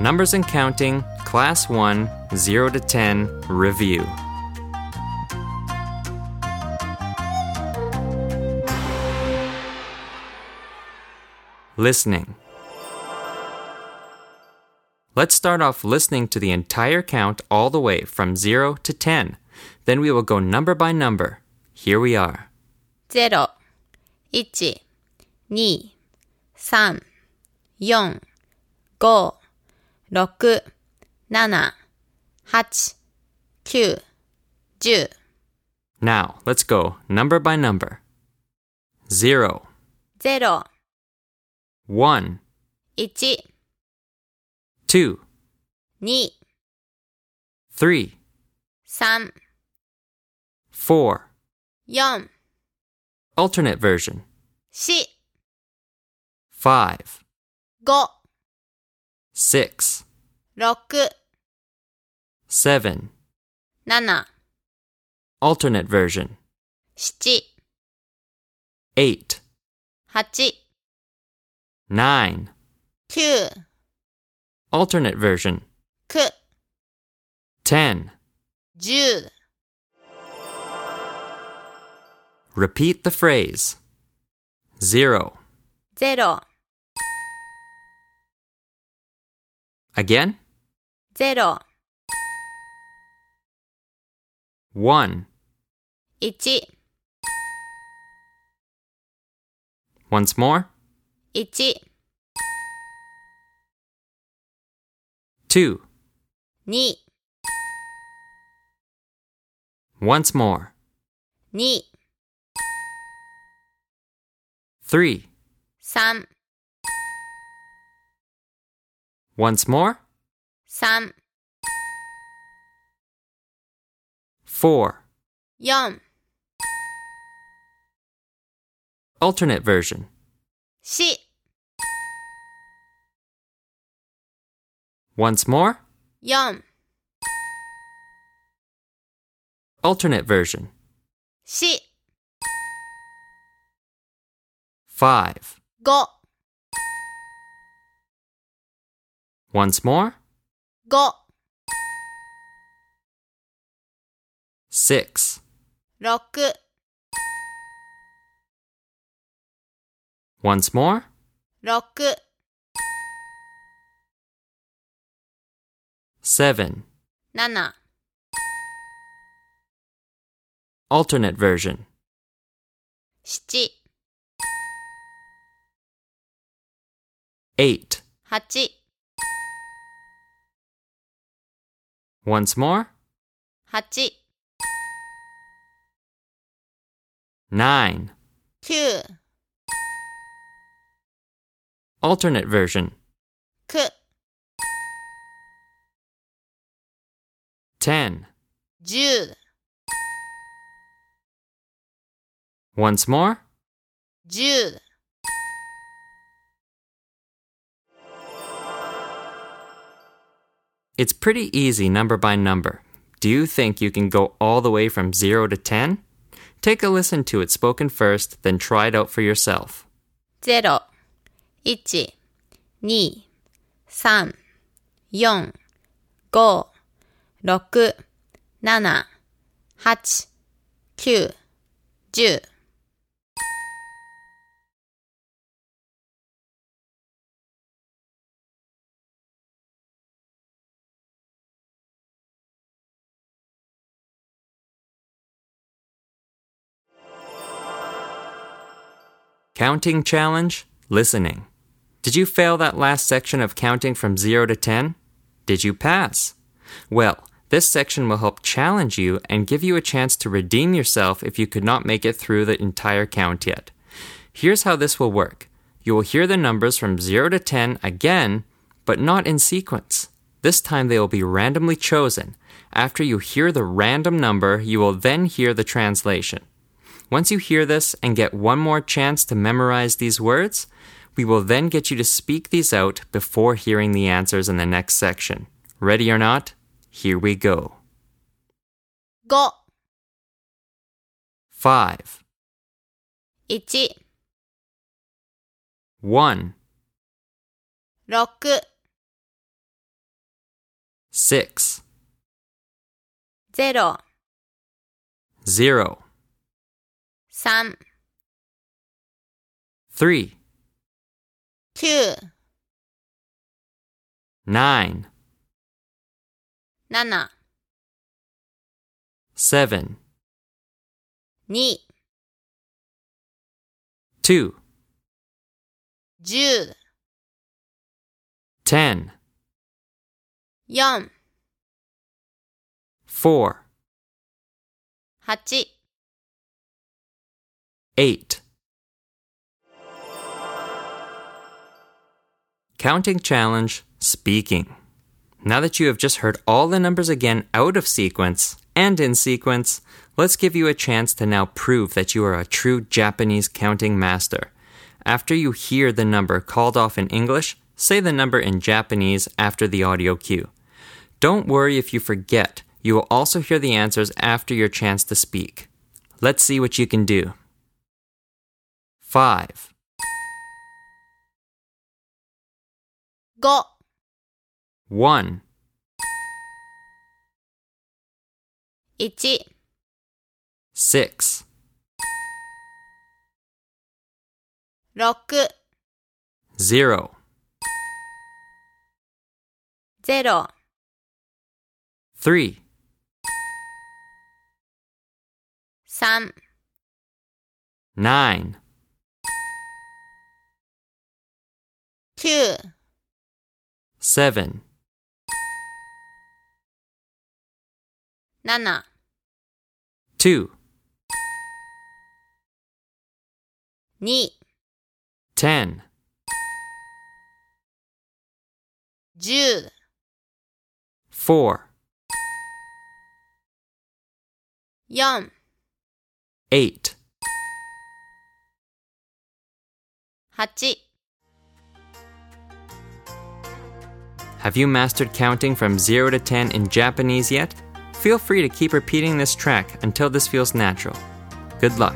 Numbers and Counting, Class 1, 0 to 10, Review. Listening. Let's start off listening to the entire count all the way from 0 to 10. Then we will go number by number. Here we are. 0、1、2、3、4、5、6、7、8、9、10 Now, let's go number by number. 0, 0、 1, 1、 2, 2、 3, 3、 4. 4、 Alternate version. 4、 5, 5、 6, 6、 7. 7、 Alternate version. 7、 8, 8、 9. 9、 Alternate version. 9、 10. 10 Repeat the phrase. 0. 0、 Again. 0、 1. 1、 Once more. 1、 2. 2、 Once more. 2、 3. 3、 Once more. 3、 4. 4、 Alternate version. 4、 Once more. 4、 Alternate version. 4、 5. 5、 Once more. 5、 6. 6、 Once more. 6、 7. 7、 Alternate version. 7、 8. 8、 Once more. 8、 9. 9、 Alternate version. 9、 10. 10、 Once more. 10、 It's pretty easy number by number. Do you think you can go all the way from 0 to 10? Take a listen to it spoken first, then try it out for yourself. 0、1、2、3、4、5、6、7、8、9、10 Counting challenge, listening. Did you fail that last section of counting from 0 to 10? Did you pass? Well, this section will help challenge you and give you a chance to redeem yourself if you could not make it through the entire count yet. Here's how this will work you will hear the numbers from 0 to 10 again, but not in sequence. This time they will be randomly chosen. After you hear the random number, you will then hear the translation. Once you hear this and get one more chance to memorize these words, we will then get you to speak these out before hearing the answers in the next section. Ready or not? Here we go. 5、 Five, 1、 one, 6、 six, ゼロ、 zero, 三、 three, 九、 nine, 七、 seven, 二、 two, 十、 ten, 四、 four, 八、 eight. Counting challenge speaking. Now that you have just heard all the numbers again out of sequence and in sequence, let's give you a chance to now prove that you are a true Japanese counting master. After you hear the number called off in English, say the number in Japanese after the audio cue. Don't worry if you forget. You will also hear the answers after your chance to speak. Let's see what you can do. 5, 五、 1, 一、 6, 六、 0, ゼロ、 3, 三、 9, 九、 7, 七、 2, 二、 10, 十、 4, 四、 8. 八、 Have you mastered counting from 0 to 10 in Japanese yet? Feel free to keep repeating this track until this feels natural. Good luck.